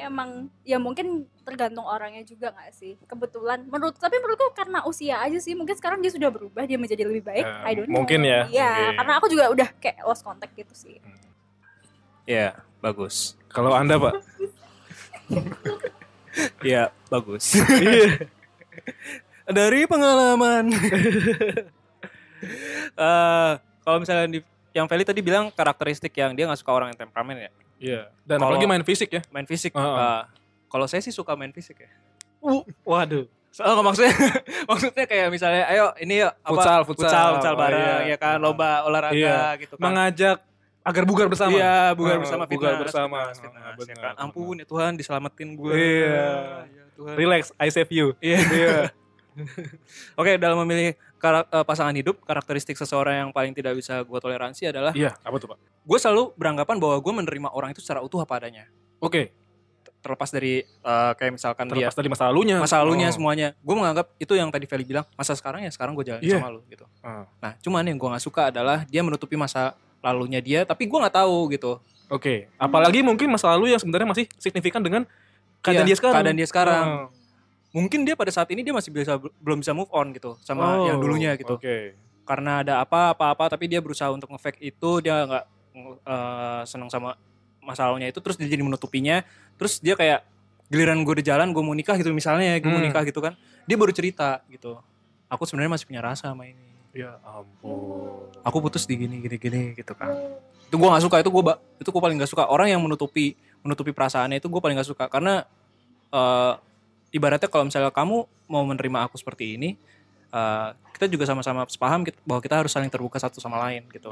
emang ya mungkin tergantung orangnya juga nggak sih kebetulan menurut tapi menurutku karena usia aja sih mungkin sekarang dia sudah berubah dia menjadi lebih baik Eh, I don't know. mungkin ya, Iya, mungkin. karena aku juga udah kayak lost contact gitu sih Ya, bagus. Kalau Anda, Pak? Ya, bagus. Iya. Dari pengalaman. Eh, kalau misalnya di- yang Feli tadi bilang karakteristik yang dia nggak suka orang yang temperamen ya, Iya. Dan Kalau- apalagi main fisik ya. main fisik. Heeh. Eh, kalau saya sih suka main fisik ya. Waduh. Soalnya nggak maksudnya maksudnya kayak misalnya ayo ini yuk apa Futsal, futsal. futsal, Oh, bareng iya. ya kan lomba olahraga Iya. gitu kan. Mengajak agar bugar bersama. Iya, bugar Heeh, bersama bugar fitness, bersama. Heeh, fitness, fitness, ya benar, kan? benar. Ampun ya Tuhan diselamatin gue. Iya. Ya Tuhan. Relax, I save you. Iya. Iya. Oke, dalam memilih kara- eh, pasangan hidup, karakteristik seseorang yang paling tidak bisa gue toleransi adalah Iya, apa tuh, Pak? gue selalu beranggapan bahwa gue menerima orang itu secara utuh apa adanya. Oke, Terlepas dari eh, kayak misalkan terlepas dia dari masa lalunya. masa lalunya Oh. semuanya. Gue menganggap itu yang tadi Feli bilang, masa sekarang ya sekarang gue jalan Iya. sama lu gitu. Ah. Nah, cuman yang gue nggak suka adalah dia menutupi masa lalunya dia, tapi gue nggak tahu gitu. Oke, apalagi mungkin masa lalu yang sebenarnya masih signifikan dengan keadaan Iya, dia sekarang. Ah. Oh. Keadaan dia sekarang. Mungkin dia pada saat ini dia masih bisa belum bisa move on gitu sama Oh, yang dulunya gitu. Oke. karena ada apa apa apa tapi dia berusaha untuk nge-fake itu dia nggak eh, senang sama masalahnya itu terus dia jadi menutupinya terus dia kayak giliran gue udah jalan gue mau nikah gitu misalnya gue mau Hmm. nikah gitu kan dia baru cerita gitu aku sebenarnya masih punya rasa sama ini Ya ampun. aku putus di gini gini gini gitu kan itu gue nggak suka itu gue ba- itu gue paling nggak suka orang yang menutupi menutupi perasaannya itu gue paling nggak suka karena eh, ibaratnya kalau misalnya kamu mau menerima aku seperti ini eh, kita juga sama-sama sepaham kit- bahwa kita harus saling terbuka satu sama lain gitu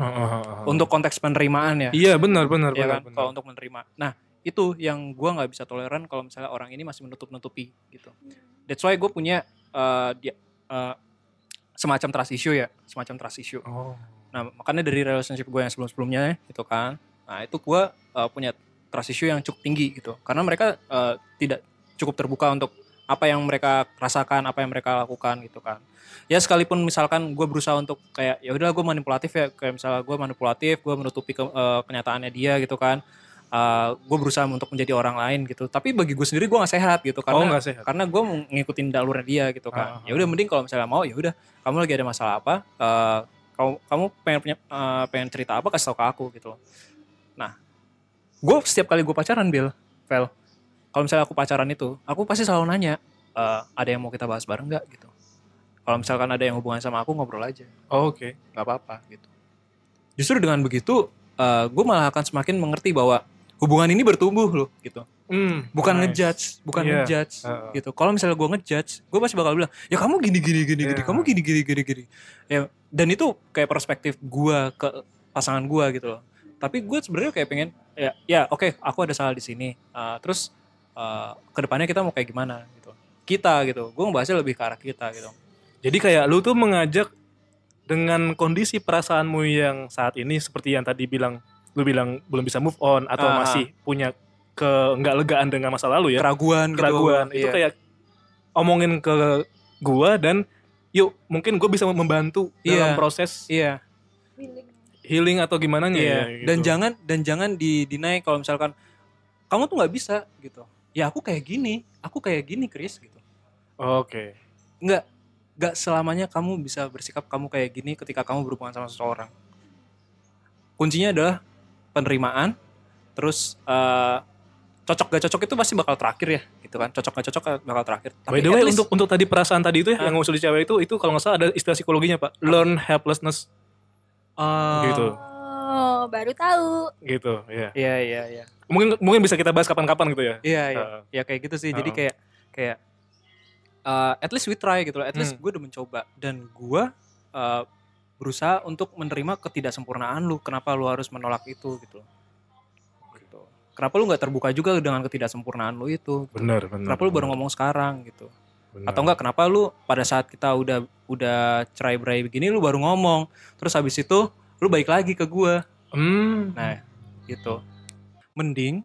untuk konteks penerimaan ya, Oh. Iya benar benar ya benar. kan? benar. kalau untuk menerima nah itu yang gue nggak bisa toleran kalau misalnya orang ini masih menutup nutupi gitu that's why gue punya eh, dia eh, semacam trust issue ya semacam trust issue Oh. Nah, makanya dari relationship gue yang sebelum-sebelumnya gitu kan. Nah, itu gue uh, punya trust issue yang cukup tinggi gitu. Karena mereka uh, tidak cukup terbuka untuk apa yang mereka rasakan, apa yang mereka lakukan gitu kan. Ya sekalipun misalkan gue berusaha untuk kayak ya udah gue manipulatif ya, kayak misalnya gue manipulatif, gue menutupi ke- uh, kenyataannya dia gitu kan. Uh, gue berusaha untuk menjadi orang lain gitu. Tapi bagi gue sendiri gue nggak sehat oh gitu karena nggak sehat. karena gue mau ngikutin jalurnya dia gitu Ah, kan ah, ya udah mending kalau misalnya mau ya udah kamu lagi ada masalah apa eh, kamu kamu pengen punya eh, pengen cerita apa kasih tau ke aku gitu loh nah gue setiap kali gue pacaran Bill Vel kalau misalnya aku pacaran itu aku pasti selalu nanya eh, ada yang mau kita bahas bareng nggak gitu kalau misalkan ada yang hubungan sama aku ngobrol aja Oh, Oke. nggak apa-apa gitu justru dengan begitu gue malah akan semakin mengerti bahwa hubungan ini bertumbuh loh gitu Hmm, bukan nice. ngejudge bukan Iya. ngejudge Heeh. gitu kalau misalnya gue ngejudge gue pasti bakal bilang ya kamu gini gini gini gini Iya. kamu gini gini gini gini ya dan itu kayak perspektif gue ke pasangan gue gitu loh tapi gue sebenarnya kayak pengen ya ya oke aku ada salah di sini Ah, terus ah, kedepannya kita mau kayak gimana gitu kita gitu gue ngebahasnya lebih ke arah kita gitu Jadi kayak lu tuh mengajak dengan kondisi perasaanmu yang saat ini seperti yang tadi bilang lu bilang belum bisa move on atau Ah. masih punya ke nggak legaan dengan masa lalu ya keraguan gitu. keraguan itu Iya. kayak omongin ke gua dan yuk mungkin gue bisa membantu dalam Iya. proses iya healing atau gimana Iya. ya gitu. Dan jangan dan jangan di deny kalau misalkan kamu tuh nggak bisa gitu. Ya aku kayak gini, aku kayak gini Chris gitu. Oke. Nggak nggak selamanya kamu bisa bersikap kamu kayak gini ketika kamu berhubungan sama seseorang. Kuncinya adalah penerimaan, terus eh, cocok gak cocok itu pasti bakal terakhir ya gitu kan. Cocok gak cocok bakal terakhir. By the way at least- Ah. untuk untuk tadi perasaan tadi itu ya, Hah? yang ngusul cewek itu itu kalau nggak salah ada istilah psikologinya Pak. Learn helplessness eh, gitu. oh baru tahu gitu ya. Iya iya iya. Mungkin mungkin bisa kita bahas kapan-kapan gitu ya. Iya iya. Heeh. ya kayak gitu sih jadi Heeh. kayak kayak uh, at least we try gitu loh at least Hmm. gue udah mencoba dan gue uh, berusaha untuk menerima ketidaksempurnaan lu kenapa lu harus menolak itu gitu loh gitu kenapa lu nggak terbuka juga dengan ketidaksempurnaan lu itu gitu. benar, benar. kenapa lu baru benar, ngomong sekarang gitu benar. atau enggak kenapa lu pada saat kita udah udah cerai berai begini lu baru ngomong terus habis itu lu baik lagi ke gue Hmm. Nah, gitu. Mending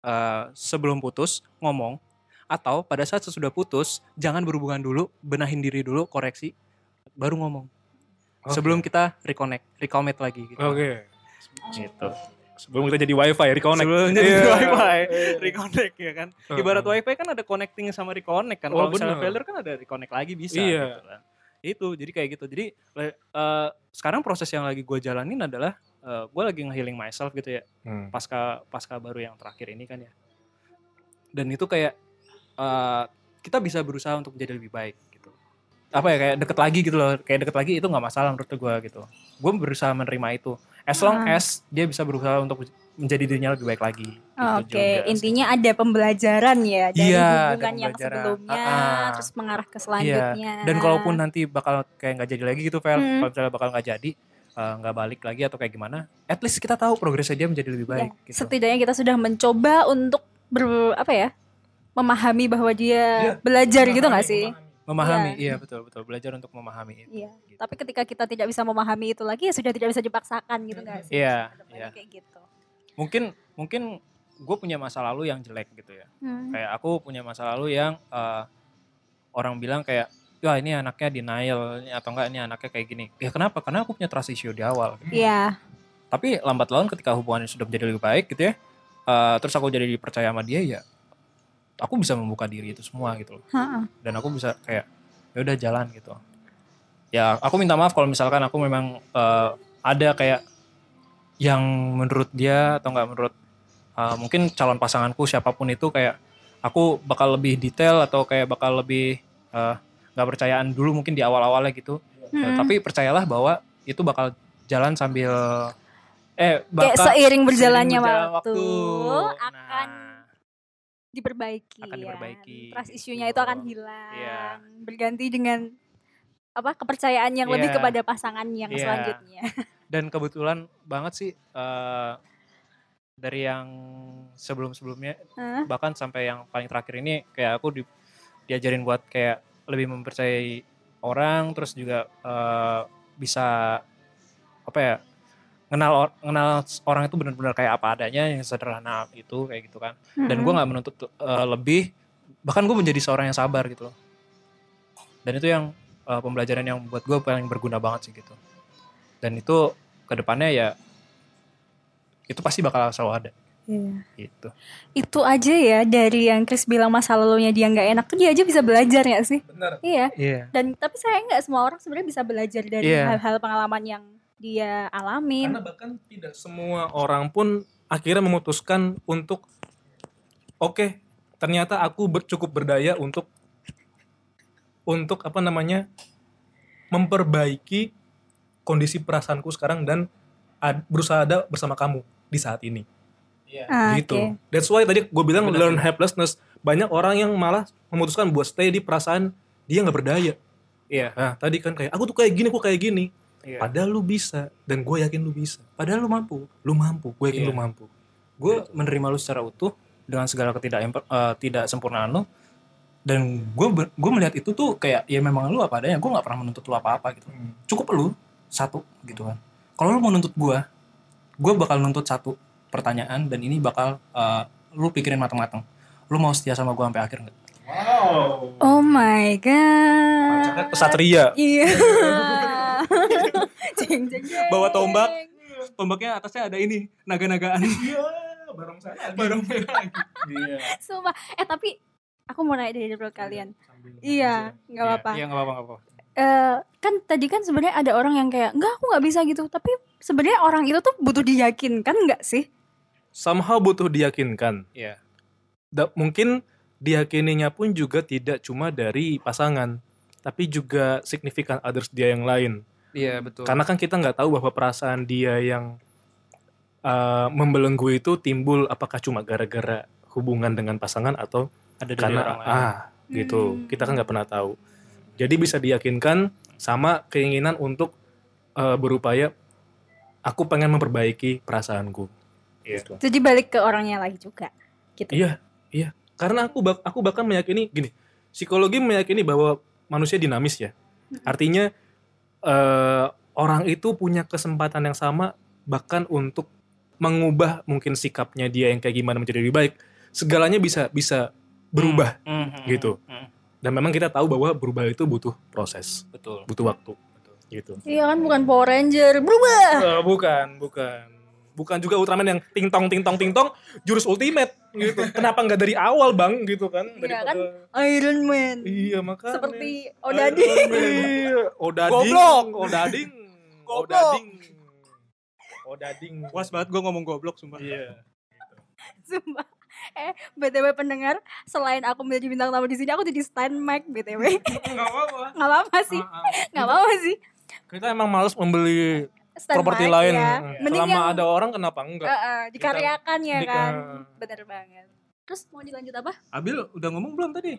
eh, sebelum putus ngomong atau pada saat sesudah putus jangan berhubungan dulu, benahin diri dulu, koreksi, baru ngomong. Oke. gitu. Sebelum kita reconnect, recommit lagi gitu. Oke. Gitu. sebelum kita jadi wifi reconnect Hmm. Sebelumnya di Iya. wifi reconnect ya kan Heeh. ibarat wifi kan ada connecting sama reconnect kan Oh, kalau misalnya bener. failure kan ada reconnect lagi bisa Iya. gitu kan itu jadi kayak gitu jadi le- eh, sekarang proses yang lagi gue jalanin adalah gue lagi nge-healing myself gitu ya Hmm. pasca pasca baru yang terakhir ini kan ya dan itu kayak eh, kita bisa berusaha untuk jadi lebih baik gitu apa ya kayak deket lagi gitu loh kayak deket lagi itu nggak masalah menurut gue gitu gue berusaha menerima itu as long Ah. as dia bisa berusaha untuk menjadi dirinya lebih baik lagi gitu Oke, juga sih. intinya ada pembelajaran ya dari Iya, ada hubungan yang pembelajaran. sebelumnya, Ah-ah. terus mengarah ke selanjutnya. dan kalaupun nanti bakal kayak nggak jadi lagi gitu Vel Hmm. kalau misalnya bakal nggak jadi eh, nggak balik lagi atau kayak gimana at least kita tahu progresnya dia menjadi lebih Ya, baik gitu setidaknya kita sudah mencoba untuk ber apa ya, memahami bahwa dia belajar gitu nggak sih? memahami iya betul betul belajar untuk memahami itu Iya. Gitu. Tapi ketika kita tidak bisa memahami itu lagi, ya sudah tidak bisa dipaksakan gitu nggak sih? Iya, Kedepannya iya. Kayak gitu. Mungkin mungkin gue punya masa lalu yang jelek gitu ya. Hmm. Kayak aku punya masa lalu yang eh, orang bilang kayak, wah ini anaknya denial ini atau enggak ini anaknya kayak gini. Ya kenapa? Karena aku punya trust issue di awal. Iya. Tapi lambat laun ketika hubungannya sudah menjadi lebih baik gitu ya, eh, terus aku jadi dipercaya sama dia ya, aku bisa membuka diri itu semua gitu loh. Ha-ha. Dan aku bisa kayak, ya udah jalan gitu. Ya aku minta maaf kalau misalkan aku memang eh, ada kayak yang menurut dia atau enggak menurut uh, mungkin calon pasanganku siapapun itu kayak aku bakal lebih detail atau kayak bakal lebih uh, nggak percayaan dulu mungkin di awal-awalnya gitu Ya, Mm-mm. tapi percayalah bahwa itu bakal jalan sambil Kayak eh bakal seiring berjalannya seiring berjalan waktu, Nah, akan diperbaiki. Akan diperbaiki, ya. Trust gitu. Iya. isunya itu akan hilang. Berganti dengan apa kepercayaan yang lebih Iya. kepada pasangan yang Iya. selanjutnya. dan kebetulan banget sih uh, dari yang sebelum-sebelumnya Hah? bahkan sampai yang paling terakhir ini kayak aku di- diajarin buat kayak lebih mempercayai orang terus juga eh, bisa apa ya kenal kenal orang itu benar-benar kayak apa adanya yang sederhana itu kayak gitu kan dan Hmm. gue nggak menuntut eh, lebih bahkan gue menjadi seorang yang sabar gitu loh dan itu yang eh, pembelajaran yang buat gue paling berguna banget sih gitu dan itu kedepannya ya itu pasti bakal selalu ada Iya. gitu Itu aja ya dari yang Chris bilang masa lalunya dia nggak enak tuh dia aja bisa belajar ya sih. Bener. Iya. iya Dan tapi saya nggak semua orang sebenarnya bisa belajar dari Iya. hal-hal pengalaman yang dia alamin. Karena bahkan tidak semua orang pun akhirnya memutuskan untuk oke, ternyata aku ber- cukup berdaya untuk untuk apa namanya? memperbaiki kondisi perasaanku sekarang dan ad- berusaha ada bersama kamu di saat ini. Ah, gitu. oke. That's why tadi gue bilang Benar, learn helplessness. Banyak orang yang malah memutuskan buat stay di perasaan dia nggak berdaya. Iya. Nah, tadi kan kayak aku tuh kayak gini, aku kayak gini. Iya. Padahal lu bisa dan gue yakin lu bisa. Padahal lu mampu, lu mampu, gue yakin Iya. lu mampu. gue menerima lu secara utuh dengan segala ketidak eh, tidak sempurnaan lu dan gue gue melihat itu tuh kayak ya memang lu apa adanya gue nggak pernah menuntut lu apa apa gitu cukup lu satu gitu kan kalau lu mau nuntut gue gue bakal nuntut satu pertanyaan dan ini bakal eh, lu pikirin matang-matang lu mau setia sama gue sampai akhir nggak Oh my god. Kesatria. Iya. jeng jeng jeng. Bawa tombak. tombaknya atasnya ada ini naga-nagaan Iya, bareng saya. bareng Iya. Sumpah. Eh tapi aku mau nanya dari dulu kalian. Iya, ya. nggak apa-apa. iya nggak apa-apa nggak apa-apa Eh, kan tadi kan sebenarnya ada orang yang kayak nggak aku nggak bisa gitu. Tapi sebenarnya orang itu tuh butuh diyakinkan nggak sih? Somehow butuh diyakinkan. Iya. Da- mungkin diyakininya pun juga tidak cuma dari pasangan, tapi juga signifikan others dia yang lain. iya betul Karena kan kita nggak tahu bahwa perasaan dia yang uh, membelenggu itu timbul apakah cuma gara-gara hubungan dengan pasangan atau ada dari karena orang lain ah gitu Hmm. kita kan nggak pernah tahu jadi bisa diyakinkan sama keinginan untuk eh, berupaya aku pengen memperbaiki perasaanku Iya. Gitu. Jadi balik ke orangnya lagi juga. Gitu. Iya. karena aku bak- aku bahkan meyakini gini psikologi meyakini bahwa manusia dinamis ya Mm-mm. artinya eh, orang itu punya kesempatan yang sama bahkan untuk mengubah mungkin sikapnya dia yang kayak gimana menjadi lebih baik segalanya bisa bisa berubah Hmm. Mhm. Gitu. Mhm. dan memang kita tahu bahwa berubah itu butuh proses betul butuh waktu gitu Eh, Iya kan bukan Power Ranger. Berubah. bukan bukan bukan juga Ultraman yang ting tong ting tong ting tong jurus ultimate gitu kenapa nggak dari awal bang gitu kan Iya, Daripada- kan? Iron Man. iya makanya Seperti Odadi. Iron Man. Iya, odading Goblok. odading Goblok. odading odading Puas banget gue ngomong goblok sumpah. iya Sumpah. Eh, BTW pendengar, selain aku menjadi bintang tamu di sini, aku jadi stand mic BTW. nggak apa-apa Ah, Nggak apa-apa sih. Nggak apa-apa sih. kita emang males membeli Stand properti mic lain Iya. ya. Mending selama yang- ada Ah. orang kenapa enggak Eh, eh, dikaryakan ya Dika- kan. Bener banget. Terus mau dilanjut apa? Abil udah ngomong belum tadi?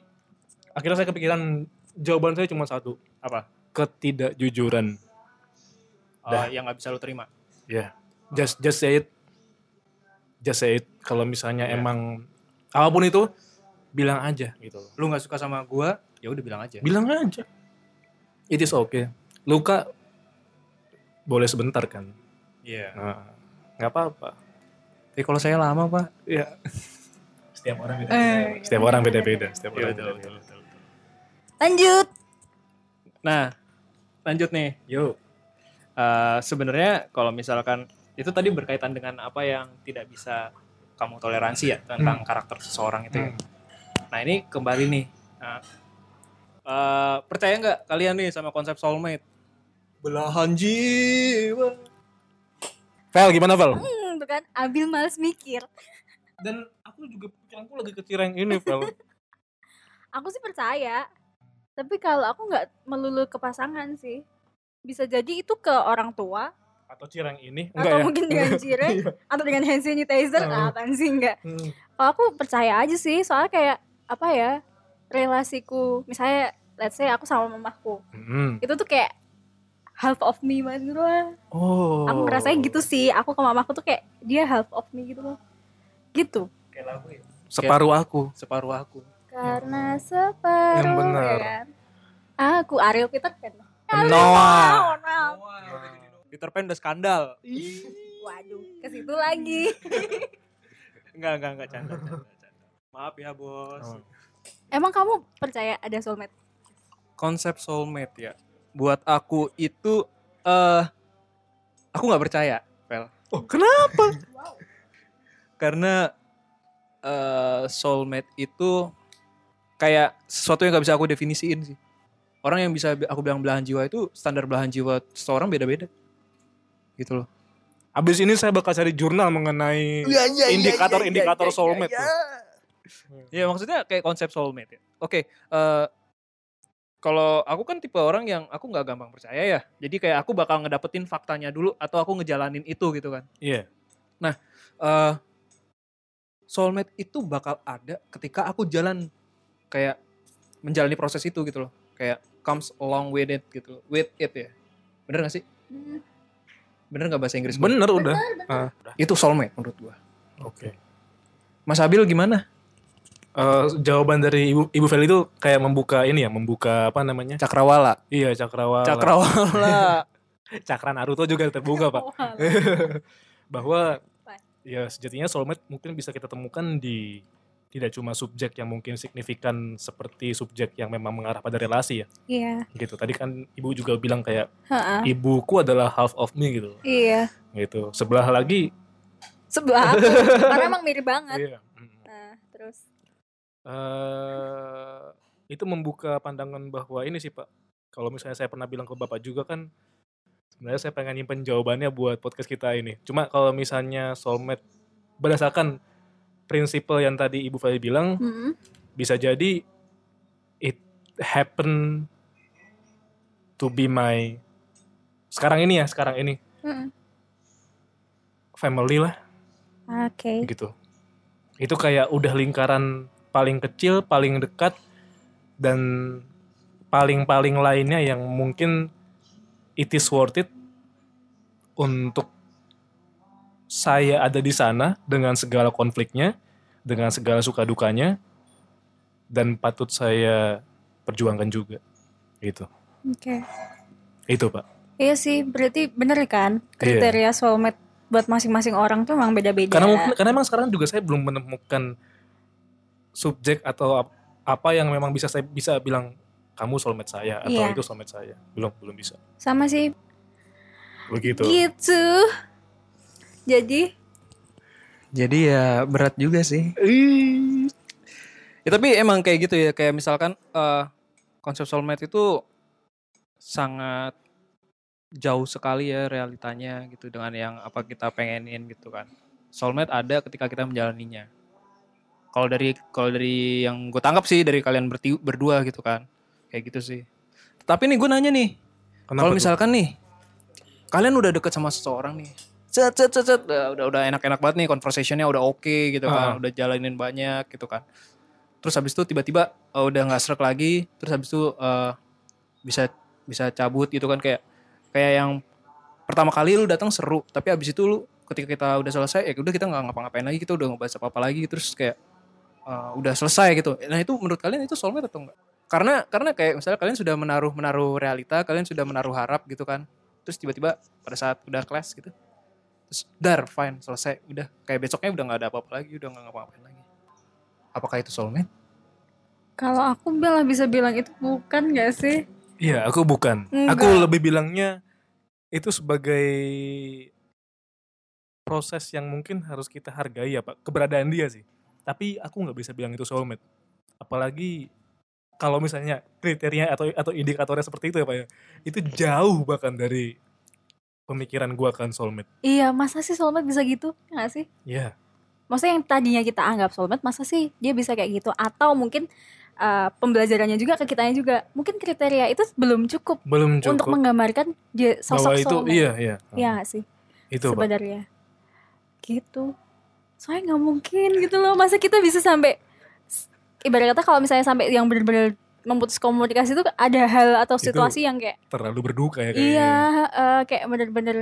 akhirnya saya kepikiran jawaban saya cuma satu Apa? ketidakjujuran Eh, Dah. yang nggak bisa lu terima. just just say it just say it kalau misalnya Ya. emang apapun itu bilang aja gitu Lu nggak suka sama gua, ya udah bilang aja. bilang aja it is okay luka boleh sebentar kan Iya. Nah, nggak apa-apa Tapi kalau saya lama, Pak. ya setiap orang Eh. setiap orang beda-beda setiap orang Iya, betul, beda-beda. Lanjut. Nah, lanjut nih. yo Eh, sebenarnya kalau misalkan itu tadi berkaitan dengan apa yang tidak bisa kamu toleransi ya tentang karakter seseorang itu. ya. Nah ini kembali nih. Nah, eh, percaya nggak kalian nih sama konsep soulmate? Belahan jiwa. Vel gimana Vel Hmm, tuh kan Abil males mikir. dan aku juga pikiranku lagi ke cireng ini Vel Aku sih percaya. Tapi kalau aku nggak melulu ke pasangan sih. Bisa jadi itu ke orang tua atau cireng ini ya? atau mungkin dengan cireng Iya. atau dengan hand sanitizer Oh. nah, apaan sih enggak. Hmm. Kalau aku percaya aja sih, soalnya kayak apa ya? Relasiku, misalnya let's say aku sama mamahku. Mm. Itu tuh kayak half of me banget gitu lah. Oh. Aku merasa gitu sih. Aku ke mamaku tuh kayak dia half of me gitu loh. Gitu. Kayak lagu ya. Separuh aku. Separuh aku. Karena separuh Yang benar. ya kan? Aku Ariel Peter Pan. Ariel Noah, Noah. Noah. Peter Pan udah skandal. Waduh, ke situ lagi. Enggak, enggak, enggak canda, canda, canda. Maaf ya bos. Oh. Emang kamu percaya ada soulmate? Konsep soulmate ya. Buat aku itu eh aku nggak percaya. Oh, kenapa? karena eh, soulmate itu kayak sesuatu yang nggak bisa aku definisiin sih orang yang bisa aku bilang belahan jiwa itu standar belahan jiwa seorang beda-beda gitu loh Abis ini saya bakal cari jurnal mengenai Iya, indikator-indikator soulmate. tuh. ya maksudnya kayak konsep soulmate ya. oke eh, kalau aku kan tipe orang yang aku nggak gampang percaya ya jadi kayak aku bakal ngedapetin faktanya dulu atau aku ngejalanin itu gitu kan Iya. eh soulmate itu bakal ada ketika aku jalan kayak menjalani proses itu gitu loh kayak comes along with it gitu loh. with it ya bener gak sih Hmm, bener gak bahasa Inggris gua? Bener udah. Ah. itu soulmate menurut gua Oke. Mas Abil gimana Eh, jawaban dari Ibu Ibu Feli itu kayak membuka ini ya, membuka apa namanya? cakrawala Iya, cakrawala. cakrawala Cakra Naruto juga terbuka, Pak. walah. Bahwa Pak. ya sejatinya soulmate mungkin bisa kita temukan di tidak cuma subjek yang mungkin signifikan seperti subjek yang memang mengarah pada relasi ya Iya. gitu tadi kan ibu juga bilang kayak Ha-ha. ibuku adalah half of me gitu Iya. gitu sebelah lagi Sebelah aku. Karena emang mirip banget. iya mm. Nah, terus eh itu membuka pandangan bahwa ini sih Pak. Kalau misalnya saya pernah bilang ke Bapak juga kan sebenarnya saya pengen nyimpen jawabannya buat podcast kita ini. Cuma kalau misalnya soulmate berdasarkan prinsipal yang tadi Ibu Fali bilang Mm-mm. bisa jadi it happen to be my sekarang ini ya, sekarang ini Mm-mm. family lah Oke. gitu. Itu kayak udah lingkaran paling kecil, paling dekat dan paling-paling lainnya yang mungkin it is worth it untuk saya ada di sana dengan segala konfliknya, dengan segala suka dukanya dan patut saya perjuangkan juga. Gitu. Oke. Itu, Pak. Iya sih, berarti bener kan Iya. kriteria soulmate buat masing-masing orang tuh emang beda-beda. karena mungkin karena emang sekarang juga saya belum menemukan subjek atau ap- apa yang memang bisa saya bisa bilang kamu soulmate saya atau Iya. itu soulmate saya belum belum bisa sama sih begitu gitu. Jadi Jadi ya berat juga sih. Ya, tapi emang kayak gitu ya, kayak misalkan eh, konsep soulmate itu sangat jauh sekali ya realitanya gitu dengan yang apa kita pengenin gitu kan. Soulmate ada ketika kita menjalaninya. Kalau dari kalau dari yang gue tangkap sih dari kalian berti- berdua gitu kan, kayak gitu sih. Tapi nih gue nanya nih, Kenapa kalau tuh? misalkan nih, kalian udah deket sama seseorang nih, cet cet cet cet, udah udah udah enak-enak banget nih, conversationnya udah oke gitu kan, udah jalanin banyak gitu kan. Terus habis itu tiba-tiba eh, udah nggak srek lagi, terus habis itu eh, bisa bisa cabut gitu kan kayak kayak yang pertama kali lu datang seru, tapi habis itu lu ketika kita udah selesai ya udah kita nggak ngapa-ngapain lagi, kita udah nggak bahas apa-apa lagi, terus kayak eh, udah selesai gitu. Nah itu menurut kalian itu soulmate atau enggak? karena karena kayak misalnya kalian sudah menaruh menaruh realita kalian sudah menaruh harap gitu kan terus tiba-tiba pada saat udah kelas gitu terus dar fine selesai udah kayak besoknya udah nggak ada apa-apa lagi udah nggak ngapa-ngapain lagi apakah itu soulmate kalau aku malah bisa bilang itu bukan gak sih? Iya, aku bukan. Aku Gitu. Enggak. lebih bilangnya itu sebagai proses yang mungkin harus kita hargai ya, Pak. Keberadaan dia sih. Tapi aku nggak bisa bilang itu soulmate. Apalagi kalau misalnya kriteria atau atau indikatornya seperti itu ya, Pak ya. Itu jauh bahkan dari pemikiran gua akan soulmate. Iya, masa sih soulmate bisa gitu? Ya Gak sih? Iya. Maksudnya yang tadinya kita anggap soulmate, masa sih dia bisa kayak gitu? Atau mungkin eh, pembelajarannya juga ke kitanya juga. Mungkin kriteria itu belum cukup, Belum cukup untuk menggambarkan dia bahwa sosok itu soulmate. iya, iya. Iya gak sih? Itu, Pak. sebenarnya gitu soalnya nggak mungkin gitu loh masa kita bisa sampai s- ibarat kata kalau misalnya sampai yang benar-benar memutus komunikasi itu ada hal atau Itu situasi yang kayak Terlalu berduka ya kayaknya. iya eh, kayak benar-benar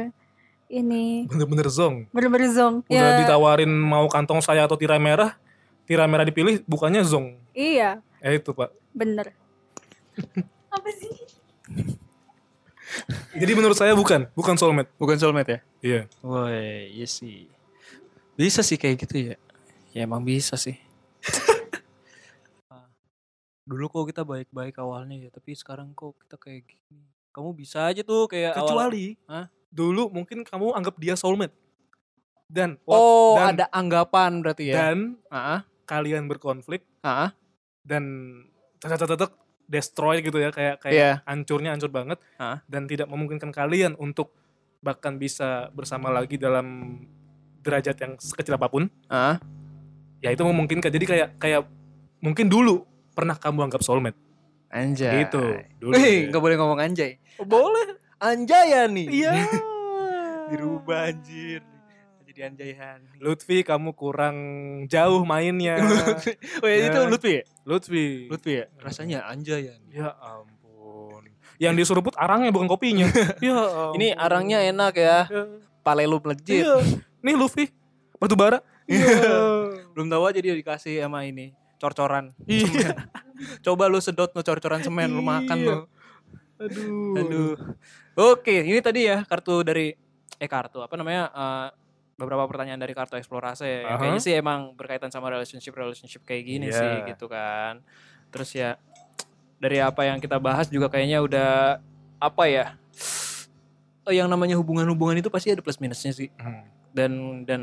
ini Bener-bener zong. benar-benar zong udah ya ditawarin mau kantong saya atau tirai merah tirai merah dipilih bukannya zong iya eh itu pak bener apa sih jadi menurut saya bukan bukan soulmate bukan soulmate ya iya woi iya sih bisa sih kayak gitu ya ya emang bisa sih dulu kok kita baik-baik awalnya ya tapi sekarang kok kita kayak gini kamu bisa aja tuh kayak kecuali Hah? dulu mungkin kamu anggap dia soulmate dan oh dan- ada anggapan berarti ya dan Ah, kalian berkonflik ah, dan tetek destroy gitu ya kayak kayak Iya. hancurnya hancur banget Hah? dan tidak memungkinkan kalian untuk bahkan bisa bersama lagi dalam derajat yang sekecil apapun ah. ya itu memungkinkan jadi kayak kayak mungkin dulu pernah kamu anggap soulmate Anjay. gitu dulu Wih, gak boleh ngomong anjay. Oh, Boleh. Anjayan nih. iya Dirubah anjir. Jadi anjaihan. Lutfi kamu kurang jauh mainnya Oh, ya, itu Lutfi ya? Lutfi Lutfi ya? Rasanya anjayan. ya ampun yang diseruput arangnya bukan kopinya ya ampun. Ini arangnya enak ya. Ya. Pale lu melejit. Iya. nih Lutfi batu bara Belum tahu aja dia dikasih sama ini. Cor-coran. iya Coba lu sedot no cor-coran semen. Lu makan Iya. lu. aduh Aduh. Oke, ini tadi ya kartu dari eh kartu apa namanya? eh, beberapa pertanyaan dari kartu eksplorasi ya. Yang Aha. Kayaknya sih emang berkaitan sama relationship relationship kayak gini Iya. sih gitu kan. Terus ya dari apa yang kita bahas juga kayaknya udah apa ya? eh, yang namanya hubungan-hubungan itu pasti ada plus minusnya sih Hmm. dan dan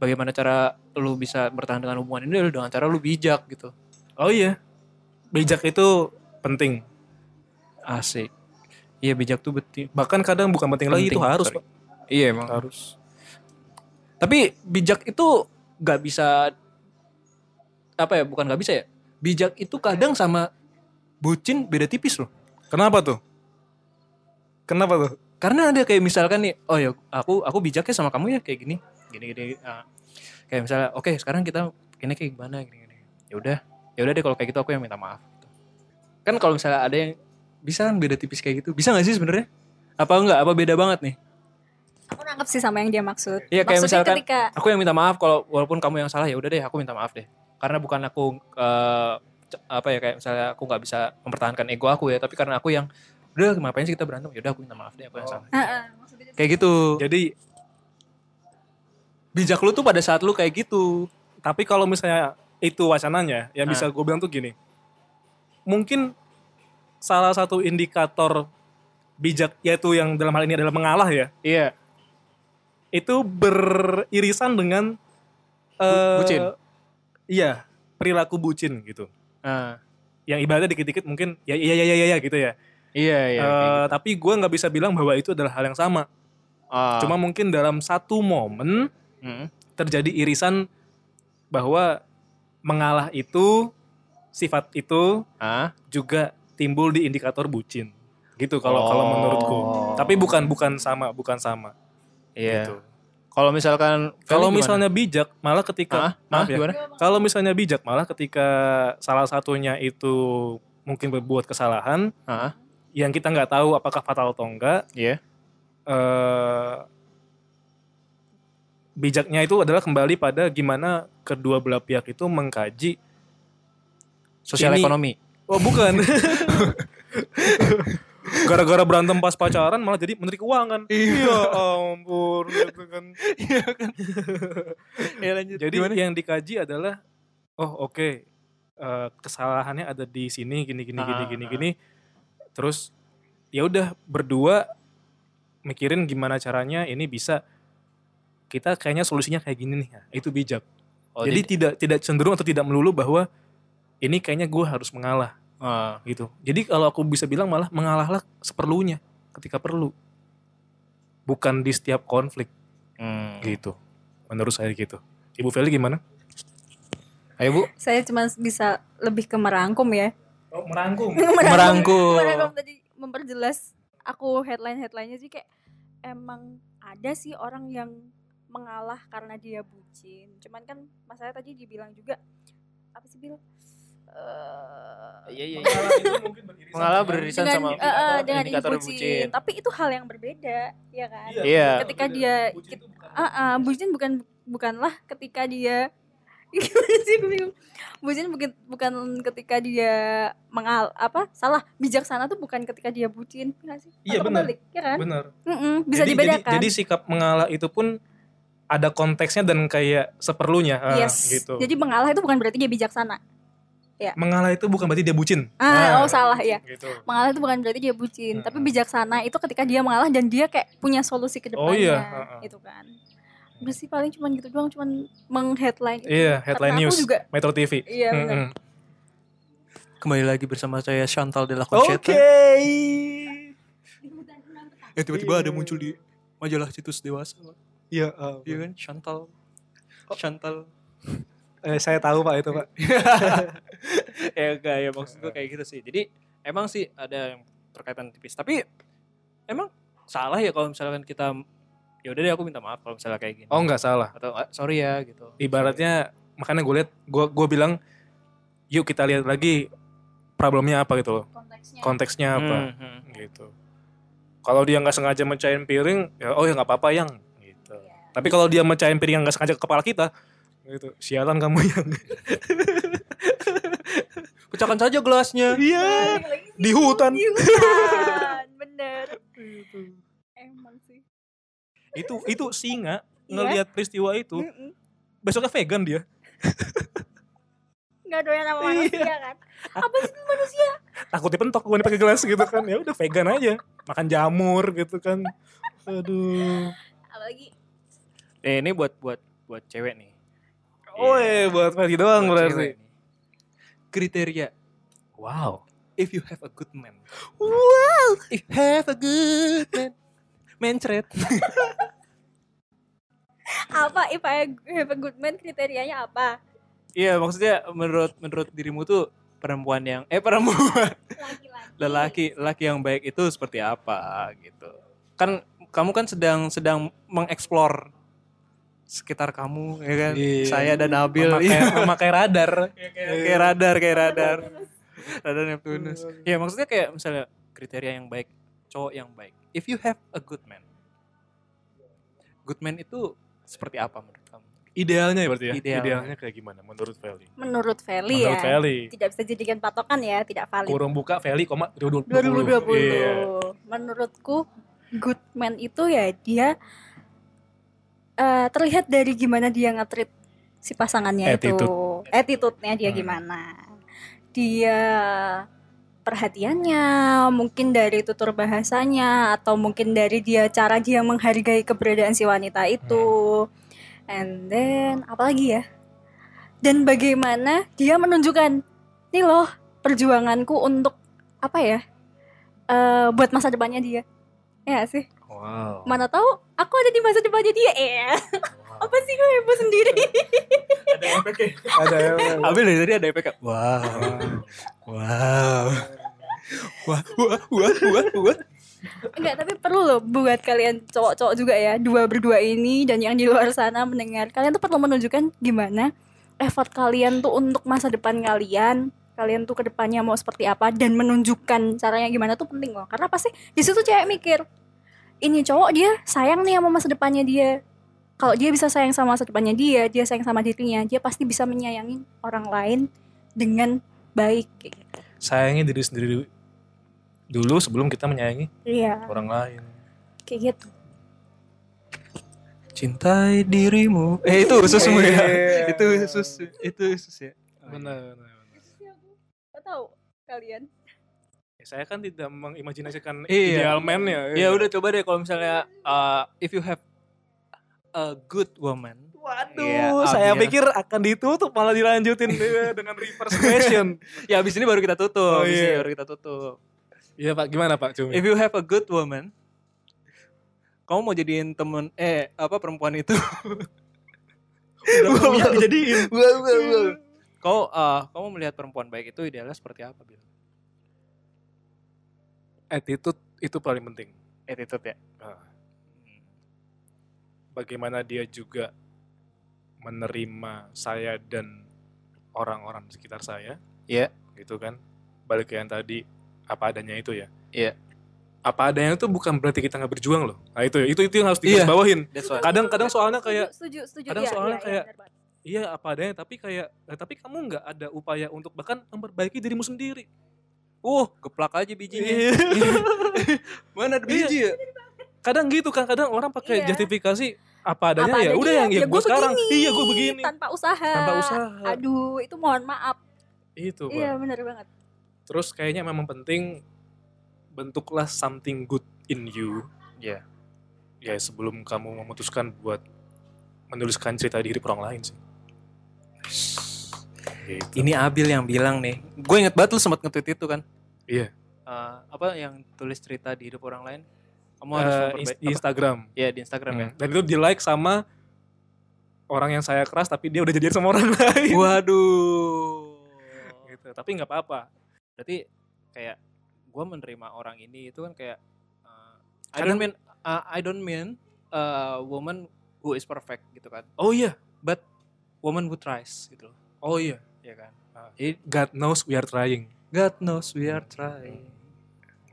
bagaimana cara lu bisa bertahan dengan hubungan ini adalah dengan cara lu bijak gitu. oh iya bijak itu penting Asik. Iya bijak tuh beti. bahkan kadang bukan penting, lagi itu Penting, harus sorry. Pak. Iya emang harus Tapi bijak itu nggak bisa apa ya? Bukan nggak bisa ya? Bijak itu kadang sama bucin beda tipis loh. Kenapa tuh? Kenapa tuh? Karena ada kayak misalkan nih, oh ya aku aku bijaknya sama kamu ya kayak gini, gini gini. ah. kayak misalnya, oke sekarang kita ini kayak gimana gini gini. Ya udah, ya udah deh kalau kayak gitu aku yang minta maaf. gitu. Kan kalau misalnya ada yang bisa kan beda tipis kayak gitu, bisa nggak sih sebenarnya? Apa enggak? Apa beda banget nih? aku nangkep sih sama yang dia maksud Iya, kayak maksudnya misalkan- ketika aku yang minta maaf kalau walaupun kamu yang salah ya udah deh aku minta maaf deh karena bukan aku eh, c- apa ya kayak misalnya aku nggak bisa mempertahankan ego aku ya tapi karena aku yang udah ngapain sih kita berantem ya udah aku minta maaf deh aku yang Oh. salah Heeh, maksudnya Ah. kayak gitu Jadi, bijak lu tuh pada saat lu kayak gitu tapi kalau misalnya itu wacananya, yang Ah. bisa gue bilang tuh gini. Mungkin salah satu indikator bijak, yaitu yang dalam hal ini adalah mengalah ya. iya itu beririsan dengan eh, bucin. Iya, perilaku bucin gitu. Ah, Yang ibaratnya dikit-dikit mungkin ya iya iya iya iya gitu ya. iya iya. Eh, kayak gitu. tapi gue nggak bisa bilang bahwa itu adalah hal yang sama. Ah, Cuma mungkin dalam satu momen mm, terjadi irisan bahwa mengalah itu sifat itu ah, juga timbul di indikator bucin. Gitu kalau kalau Oh. menurutku. Tapi bukan bukan sama, bukan sama iya. gitu. Kalau misalkan Kalau Feli gimana? misalnya bijak malah ah, ketika ah, maaf ya. gimana? Kalau misalnya bijak malah ketika salah satunya itu mungkin berbuat kesalahan Ah. yang kita nggak tahu apakah fatal atau enggak. Iya. eh, bijaknya itu adalah kembali pada gimana kedua belah pihak itu mengkaji. Sosial Ini- ekonomi. Oh bukan. Gara-gara berantem pas pacaran malah jadi menteri keuangan. Iya ampun. gitu kan. Iya kan. Iya, Ya lanjut. Jadi Gimana? yang dikaji adalah oh oke eh, kesalahannya ada di sini gini gini gini Ah, gini ah. gini. Terus ya udah berdua mikirin gimana caranya ini bisa kita kayaknya solusinya kayak gini nih. Nah, itu bijak. Oh, Jadi jadi tidak tidak cenderung atau tidak melulu bahwa ini kayaknya gue harus mengalah ah, gitu. Jadi kalau aku bisa bilang malah mengalahlah seperlunya ketika perlu. Bukan di setiap konflik mm. gitu. Menurut saya gitu. Ibu Feli gimana? Ayo Bu, Saya cuma bisa lebih ke merangkum ya. Oh, merangkum. merangkul. Merangkum tadi memperjelas aku headline-headlinenya sih kayak emang ada sih orang yang mengalah karena dia bucin. Cuman kan masalahnya tadi dibilang juga apa sih bilang Eh, Iya, iya, iya. Mengalah itu mungkin beririsan Mengalah dengan- beririsan dengan sama eh, eh, dengan indikator bucin. bucin. Tapi itu hal yang berbeda, ya kan? Iya. Ketika dia- Bucin itu bukan- Ah, ah, bucin bukan bukanlah ketika dia Gimana sih gue bingung. Bucin bukan bukan ketika dia mengal apa salah bijaksana tuh bukan ketika dia bucin ya nggak sih? Iya, Atau benar. kebalik, ya kan? Benar. Mm-mm, bisa Jadi- jadi- dibedakan. Jadi, sikap mengalah itu pun ada konteksnya dan kayak seperlunya ah, yes. gitu. Jadi mengalah itu bukan berarti dia bijaksana. mengalah itu bukan berarti dia bucin. Ah, oh salah ya. Gitu. Mengalah itu bukan berarti dia bucin, tapi Mm-mm. bijaksana itu ketika dia mengalah dan dia kayak punya solusi ke depannya, Oh, iya, ah, ah. gitu kan. Udah sih paling cuman gitu doang, cuman meng-headline. itu. Iya, headline Karena news Aku juga Metro TV. iya benar. Mm-mm. Kembali lagi bersama saya Chantal de la Oke. Iya. Concheta. Eh tiba-tiba ada muncul di majalah situs dewasa. Iya, ah. Iya kan Chantal. Chantal. Eh, saya tahu Pak itu Pak. ya enggak ya maksud gue kayak gitu sih jadi emang sih ada yang berkaitan tipis tapi emang salah ya kalau misalkan kita ya udah deh aku minta maaf kalau misalnya kayak gini Oh, nggak salah. atau "Ah, sorry ya gitu Ibaratnya makanya gue lihat gue gue bilang yuk kita lihat lagi problemnya apa gitu loh. konteksnya. Konteksnya apa. Hmm, hmm. gitu. Kalau dia nggak sengaja mecahin piring, ya oh ya nggak apa-apa yang gitu. Iya. Tapi kalau dia mecahin piring yang nggak sengaja ke kepala kita, gitu. Sialan kamu yang. pecahkan saja gelasnya Iya. Lagi-lagi Di hutan. Di hutan, bener. Gitu. Emang sih. itu itu singa Iya. ngelihat peristiwa itu, Mm-mm. besoknya vegan dia. Nggak doyan Iya. sama manusia kan? Apa sih itu manusia? Takutnya pentok gue pakai gelas gitu kan. Ya udah vegan aja. Makan jamur gitu kan. Aduh. Apalagi eh, ini buat buat buat cewek nih Iya. Oi, buat Ferdi doang Buat berarti. cewek nih. kriteria Wow. if you have a good man Wow, you have a good man. Mencret. apa if I have a good man kriterianya apa? iya maksudnya menurut menurut dirimu tuh perempuan yang eh perempuan Laki-laki. lelaki laki yang baik itu seperti apa gitu kan kamu kan sedang sedang mengeksplor sekitar kamu ya kan Iya. saya dan Nabil Memakai, iya. memakai radar. Iya. kayak radar kayak radar radar Neptunus ya maksudnya kayak misalnya kriteria yang baik cowok yang baik if you have a good man good man itu seperti apa menurut kamu Idealnya ya berarti ya. Idealnya. Idealnya kayak gimana menurut Ferdi? Menurut Feli ya. Menurut Ferdi. Tidak bisa dijadikan patokan ya, tidak valid. kurung buka Feli koma 2020. 2020. Iya. Menurutku good man itu ya dia eh, terlihat dari gimana dia nge-treat si pasangannya itu. Attitude-nya dia Hmm. gimana. Dia perhatiannya, mungkin dari tutur bahasanya atau mungkin dari dia cara dia menghargai keberadaan si wanita itu. And then apalagi ya? Dan bagaimana dia menunjukkan nih loh perjuanganku untuk apa ya? eh, buat masa depannya dia. Ya nggak sih. Wow. Mana tahu aku ada di masa depannya dia. Eh, apa sih gue heboh sendiri? Ada efeknya. Ada efek. Abel dari tadi ada efek kayak, wow, wow, wah, wah, wah, wah, wah. Enggak, tapi perlu loh buat kalian cowok-cowok juga ya, dua berdua ini dan yang di luar sana mendengar. Kalian tuh perlu menunjukkan gimana effort kalian tuh untuk masa depan kalian. Kalian tuh ke depannya mau seperti apa dan menunjukkan caranya gimana tuh penting loh. Karena pasti di situ cewek mikir, ini cowok dia sayang nih sama masa depannya dia. Kalau dia bisa sayang sama masa depannya dia, dia sayang sama dirinya, dia pasti bisa menyayangi orang lain dengan baik. kayak gitu. Sayangi diri sendiri dulu sebelum kita menyayangi Iya, orang lain. kayak gitu. Cintai dirimu. Eh itu susu ya. Iya. itu susu, itu susu ya. Benar, benar, benar. Gak tahu kalian. Ya, Saya kan tidak mengimajinasikan Iya. ideal man ya. Ya udah coba deh kalau misalnya uh, if you have a good woman. Waduh, Iya, saya Amir. pikir akan ditutup malah dilanjutin Iya, dengan reverse question. Ya abis ini baru kita tutup. Oh, abis iya. ini baru kita tutup. Iya Pak, gimana Pak Cumi? If you have a good woman, kamu mau jadiin temen eh apa perempuan itu? Udah bisa dijadiin. Kau eh, kamu melihat perempuan baik itu idealnya seperti apa, Bil? Attitude itu paling penting. Attitude ya. Ah. Bagaimana dia juga menerima saya dan orang-orang di sekitar saya. Iya. Gitu kan. Balik ke yang tadi apa adanya itu ya. Iya. Apa adanya itu bukan berarti kita nggak berjuang loh. Nah itu itu itu yang harus Iya. digarisbawahin. That's why. Kadang-kadang soalnya kayak setuju setuju kadang Iya, soalnya iya, kayak- iya, benar banget. iya apa adanya tapi kayak eh, tapi kamu nggak ada upaya untuk bahkan memperbaiki dirimu sendiri Uh, keplak aja bijinya. Iya. Mana ada biji ya? kadang gitu kan kadang orang pakai Iya. justifikasi apa adanya, Apa ya adanya, udah yang ya, ya gue gua sekarang begini, iya gue begini tanpa usaha tanpa usaha aduh itu mohon maaf itu Pak. iya benar banget terus kayaknya memang penting bentuklah something good in you Iya. ya sebelum kamu memutuskan buat menuliskan cerita diri orang lain sih gitu. Ini Abil yang bilang nih. Gue inget banget lu sempat nge-tweet itu kan. Iya. Eh, apa yang tulis cerita di hidup orang lain? Kamu harus Eh, memperbaik- ins- di Instagram apa? Iya, di Instagram ya. Hmm. Dan itu di like sama orang yang saya keras tapi dia udah jadian sama orang Iya. lain. Waduh. Gitu. Tapi nggak apa-apa. Berarti kayak gue menerima orang ini itu kan kayak uh, I Kadang- don't mean uh, I don't mean a woman who is perfect gitu kan. Oh iya, Woman who tries gitu loh. oh iya. Ya kan. Ah, Jadi God knows we are trying. God knows we are trying.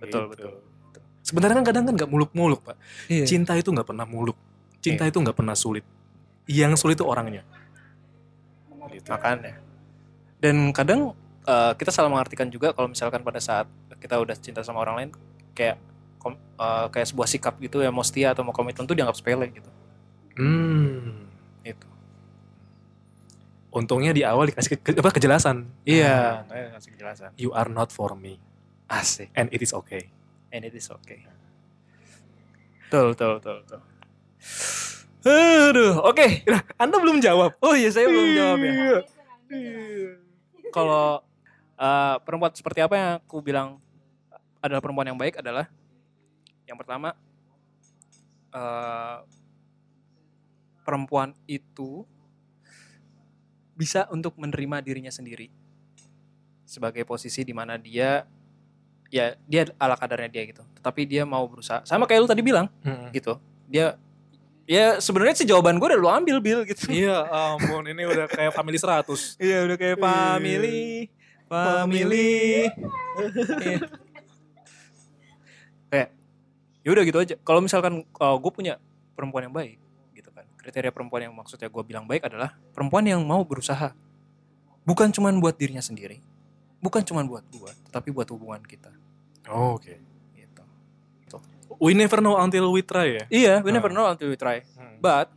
Betul, betul. Sebenarnya kan kadang kan nggak muluk-muluk pak. Iya. Cinta itu nggak pernah muluk. Cinta itu nggak pernah sulit. Yang sulit itu orangnya. Gitu. Makanya. Dan kadang uh, kita salah mengartikan juga kalau misalkan pada saat kita udah cinta sama orang lain kayak kom- uh, kayak sebuah sikap gitu ya mau setia atau mau komitmen tuh dianggap sepele gitu. Hmm. Itu. Untungnya di awal dikasih ke- apa kejelasan. Iya, makanya kasih kejelasan. You are not for me Asik. and it is okay. and it is okay. Betul, betul, betul, betul. Aduh, oke. Nah, Anda belum jawab. Oh iya, saya belum jawab ya. Iya. Hmm. Kalau eh, perempuan seperti apa yang aku bilang eh, adalah perempuan yang baik adalah yang pertama eh, perempuan itu bisa untuk menerima dirinya sendiri sebagai posisi di mana dia ya dia ala kadarnya dia gitu. Tetapi dia mau berusaha. Sama kayak lu tadi bilang Mm. gitu dia ya sebenarnya sih jawaban gue udah lu ambil bil gitu Iya, ampun ini udah kayak family 100. iya udah kayak family family Iya. kayak ya udah gitu aja kalau misalkan kalau gue punya perempuan yang baik gitu kan kriteria perempuan yang maksudnya gue bilang baik adalah perempuan yang mau berusaha bukan cuman buat dirinya sendiri bukan cuman buat gue tapi buat hubungan kita Oh, Oke. gitu We never know until we try ya. iya we Ah. never know until we try Hmm. But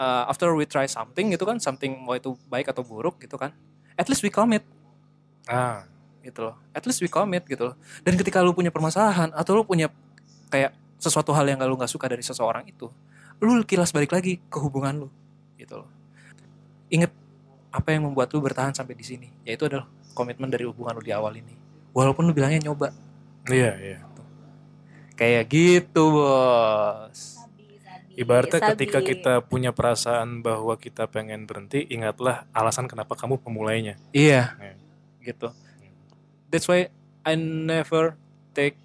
uh, after we try something gitu kan, something mau itu baik atau buruk gitu kan, at least we commit Ah, gitu loh at least we commit gitu loh dan ketika lu punya permasalahan atau lu punya kayak sesuatu hal yang lu nggak suka dari seseorang itu lu kilas balik lagi ke hubungan lu gitu loh inget apa yang membuat lu bertahan sampai di sini yaitu adalah komitmen dari hubungan lu di awal ini walaupun lu bilangnya nyoba Iya, iya. kayak gitu bos Iya, Ibaratnya Sabi. ketika kita punya perasaan bahwa kita pengen berhenti, ingatlah alasan kenapa kamu memulainya. Iya, Iya. gitu. Hmm. That's why I never take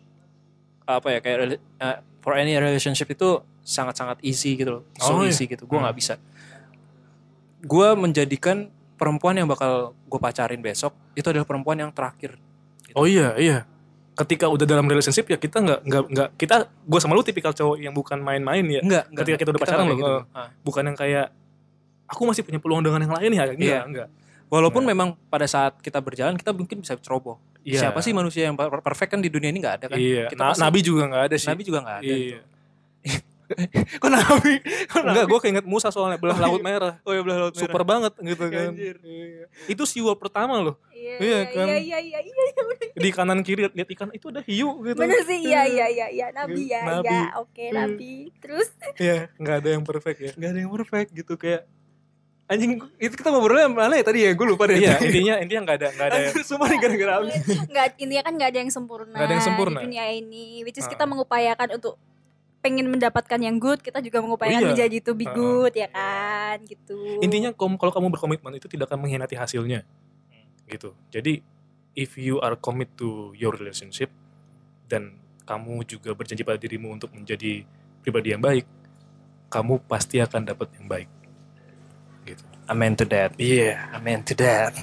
apa ya kayak rela- eh, for any relationship itu sangat-sangat easy gitu loh. Oh, So iya. easy gitu. Gue nggak Hmm. bisa. Gue menjadikan perempuan yang bakal gue pacarin besok itu adalah perempuan yang terakhir. Oh iya, iya. Ketika udah dalam relationship ya kita nggak nggak nggak kita gue sama lu tipikal cowok yang bukan main-main ya, Enggak, enggak. Ketika kita udah pacaran nggak Gitu. Ah. loh, kayak eh. bukan yang kayak aku masih punya peluang dengan yang lain ya, enggak, Iya. enggak. Walaupun Nggak. memang pada saat kita berjalan kita mungkin bisa ceroboh. Iya. Siapa sih manusia yang per- perfect kan di dunia ini nggak ada kan? Iya. Kita Na- pasti- Nabi juga nggak ada sih. Nabi juga nggak ada. gitu. Iya. Kok Nabi? Kok Enggak, gue keinget Musa soalnya belah laut merah. Oh ya belah laut merah. Super banget gitu kan. Anjir. Itu siwa pertama loh. Iya, Iya, iya, kan? iya, iya, iya, iya, Di kanan kiri lihat ikan itu ada hiu gitu. bener sih, iya, iya, iya, iya, nabi ya, Nabi. iya, oke, Hmm. nabi, terus, Iya, nggak ada yang perfect ya. nggak ada yang perfect gitu kayak anjing itu kita ngobrolnya mana ya tadi ya gue lupa deh Iya, intinya intinya nggak ada nggak ada yang- Anjir, semua nih gara-gara Aldi. nggak, ini kan nggak ada yang sempurna, Nggak ada yang sempurna. di dunia ini, which is Ah. kita mengupayakan untuk pengen mendapatkan yang good, kita juga mengupayakan iya. menjadi to be Ah. good, ya kan, gitu. intinya kom- kalau kamu berkomitmen itu tidak akan mengkhianati hasilnya gitu jadi if you are commit to your relationship dan kamu juga berjanji pada dirimu untuk menjadi pribadi yang baik kamu pasti akan dapat yang baik gitu Amen to that. iya Amen to that.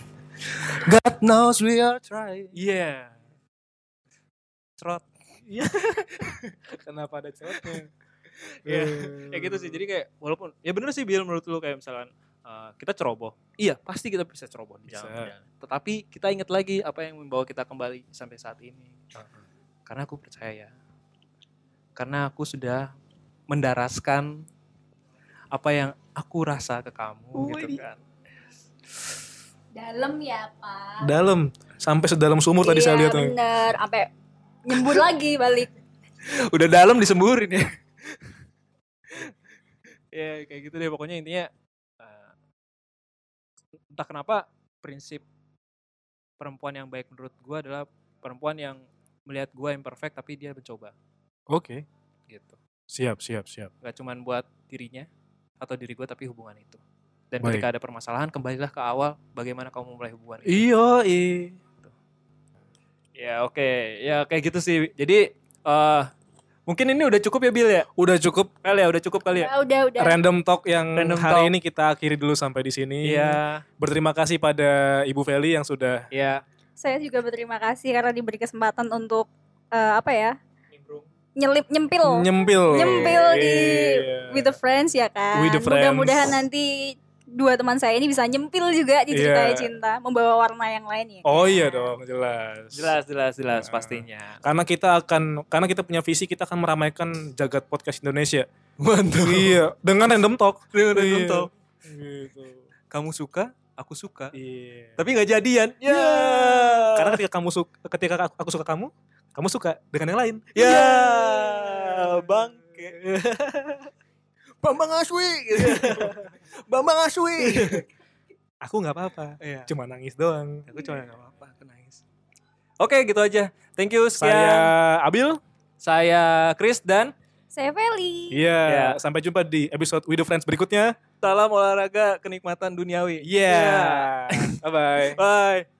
God knows we are trying. iya Trot. Iya. kenapa ada ceweknya Iya, Ya Kayak gitu sih. Jadi kayak walaupun ya bener sih Bill menurut lu kayak misalkan eh, kita ceroboh. Iya, pasti kita bisa ceroboh di Bisa. jalan-jalan. Tetapi kita ingat lagi apa yang membawa kita kembali sampai saat ini. Karena aku percaya. ya. Karena aku sudah mendaraskan apa yang aku rasa ke kamu gitu Wih. kan. dalam ya pak. dalam sampai sedalam sumur tadi saya Iya, lihat nih. bener, sampai nyembur lagi balik. Udah dalam disemburin ya. ya kayak gitu deh pokoknya intinya eh, entah kenapa prinsip perempuan yang baik menurut gua adalah perempuan yang melihat gua imperfect tapi dia mencoba oke gitu. siap siap siap Gak cuman buat dirinya atau diri gua tapi hubungan itu. Dan Baik. ketika ada permasalahan kembalilah ke awal bagaimana kamu memulai hubungan itu. iya Ya oke, ya kayak gitu sih. Jadi eh mungkin ini udah cukup ya Bill ya? udah cukup Kali ya, udah cukup Iya. kali ya? Ya, udah, udah. random talk yang Random hari talk. ini kita akhiri dulu sampai di sini Iya, berterima kasih pada Ibu Feli yang sudah iya. Saya juga berterima kasih karena diberi kesempatan untuk eh, apa ya? Nyelip nyempil nyempil. Nyempil di Iya. with the friends ya kan. With the friends. Mudah-mudahan nanti dua teman saya ini bisa nyempil juga di cerita Iya. cinta, membawa warna yang lain ya. kan? Oh iya dong, jelas. Jelas, jelas, jelas Nah. pastinya. Karena kita akan karena kita punya visi kita akan meramaikan jagat podcast Indonesia. Mantap. Iya, dengan random talk. Dengan random random talk. talk. Gitu. Kamu suka, aku suka. Iya. Tapi nggak jadian. Ya. Karena kan- ketika kamu suka ketika aku, aku suka kamu, kamu suka dengan yang lain. Ya. Bangke. Bambang Aswi. gitu. Bambang Aswi. Aku nggak apa-apa. Iya. Cuma nangis doang. Aku cuma nggak apa-apa, aku nangis. Oke, gitu aja. Thank you. Saya Sekian. Saya, Abil. saya Chris dan Saya Feli. Iya. Iya. Sampai jumpa di episode With the Friends berikutnya. Iya. salam olahraga kenikmatan duniawi. Iya. Yeah. Bye bye. Iya. Bye.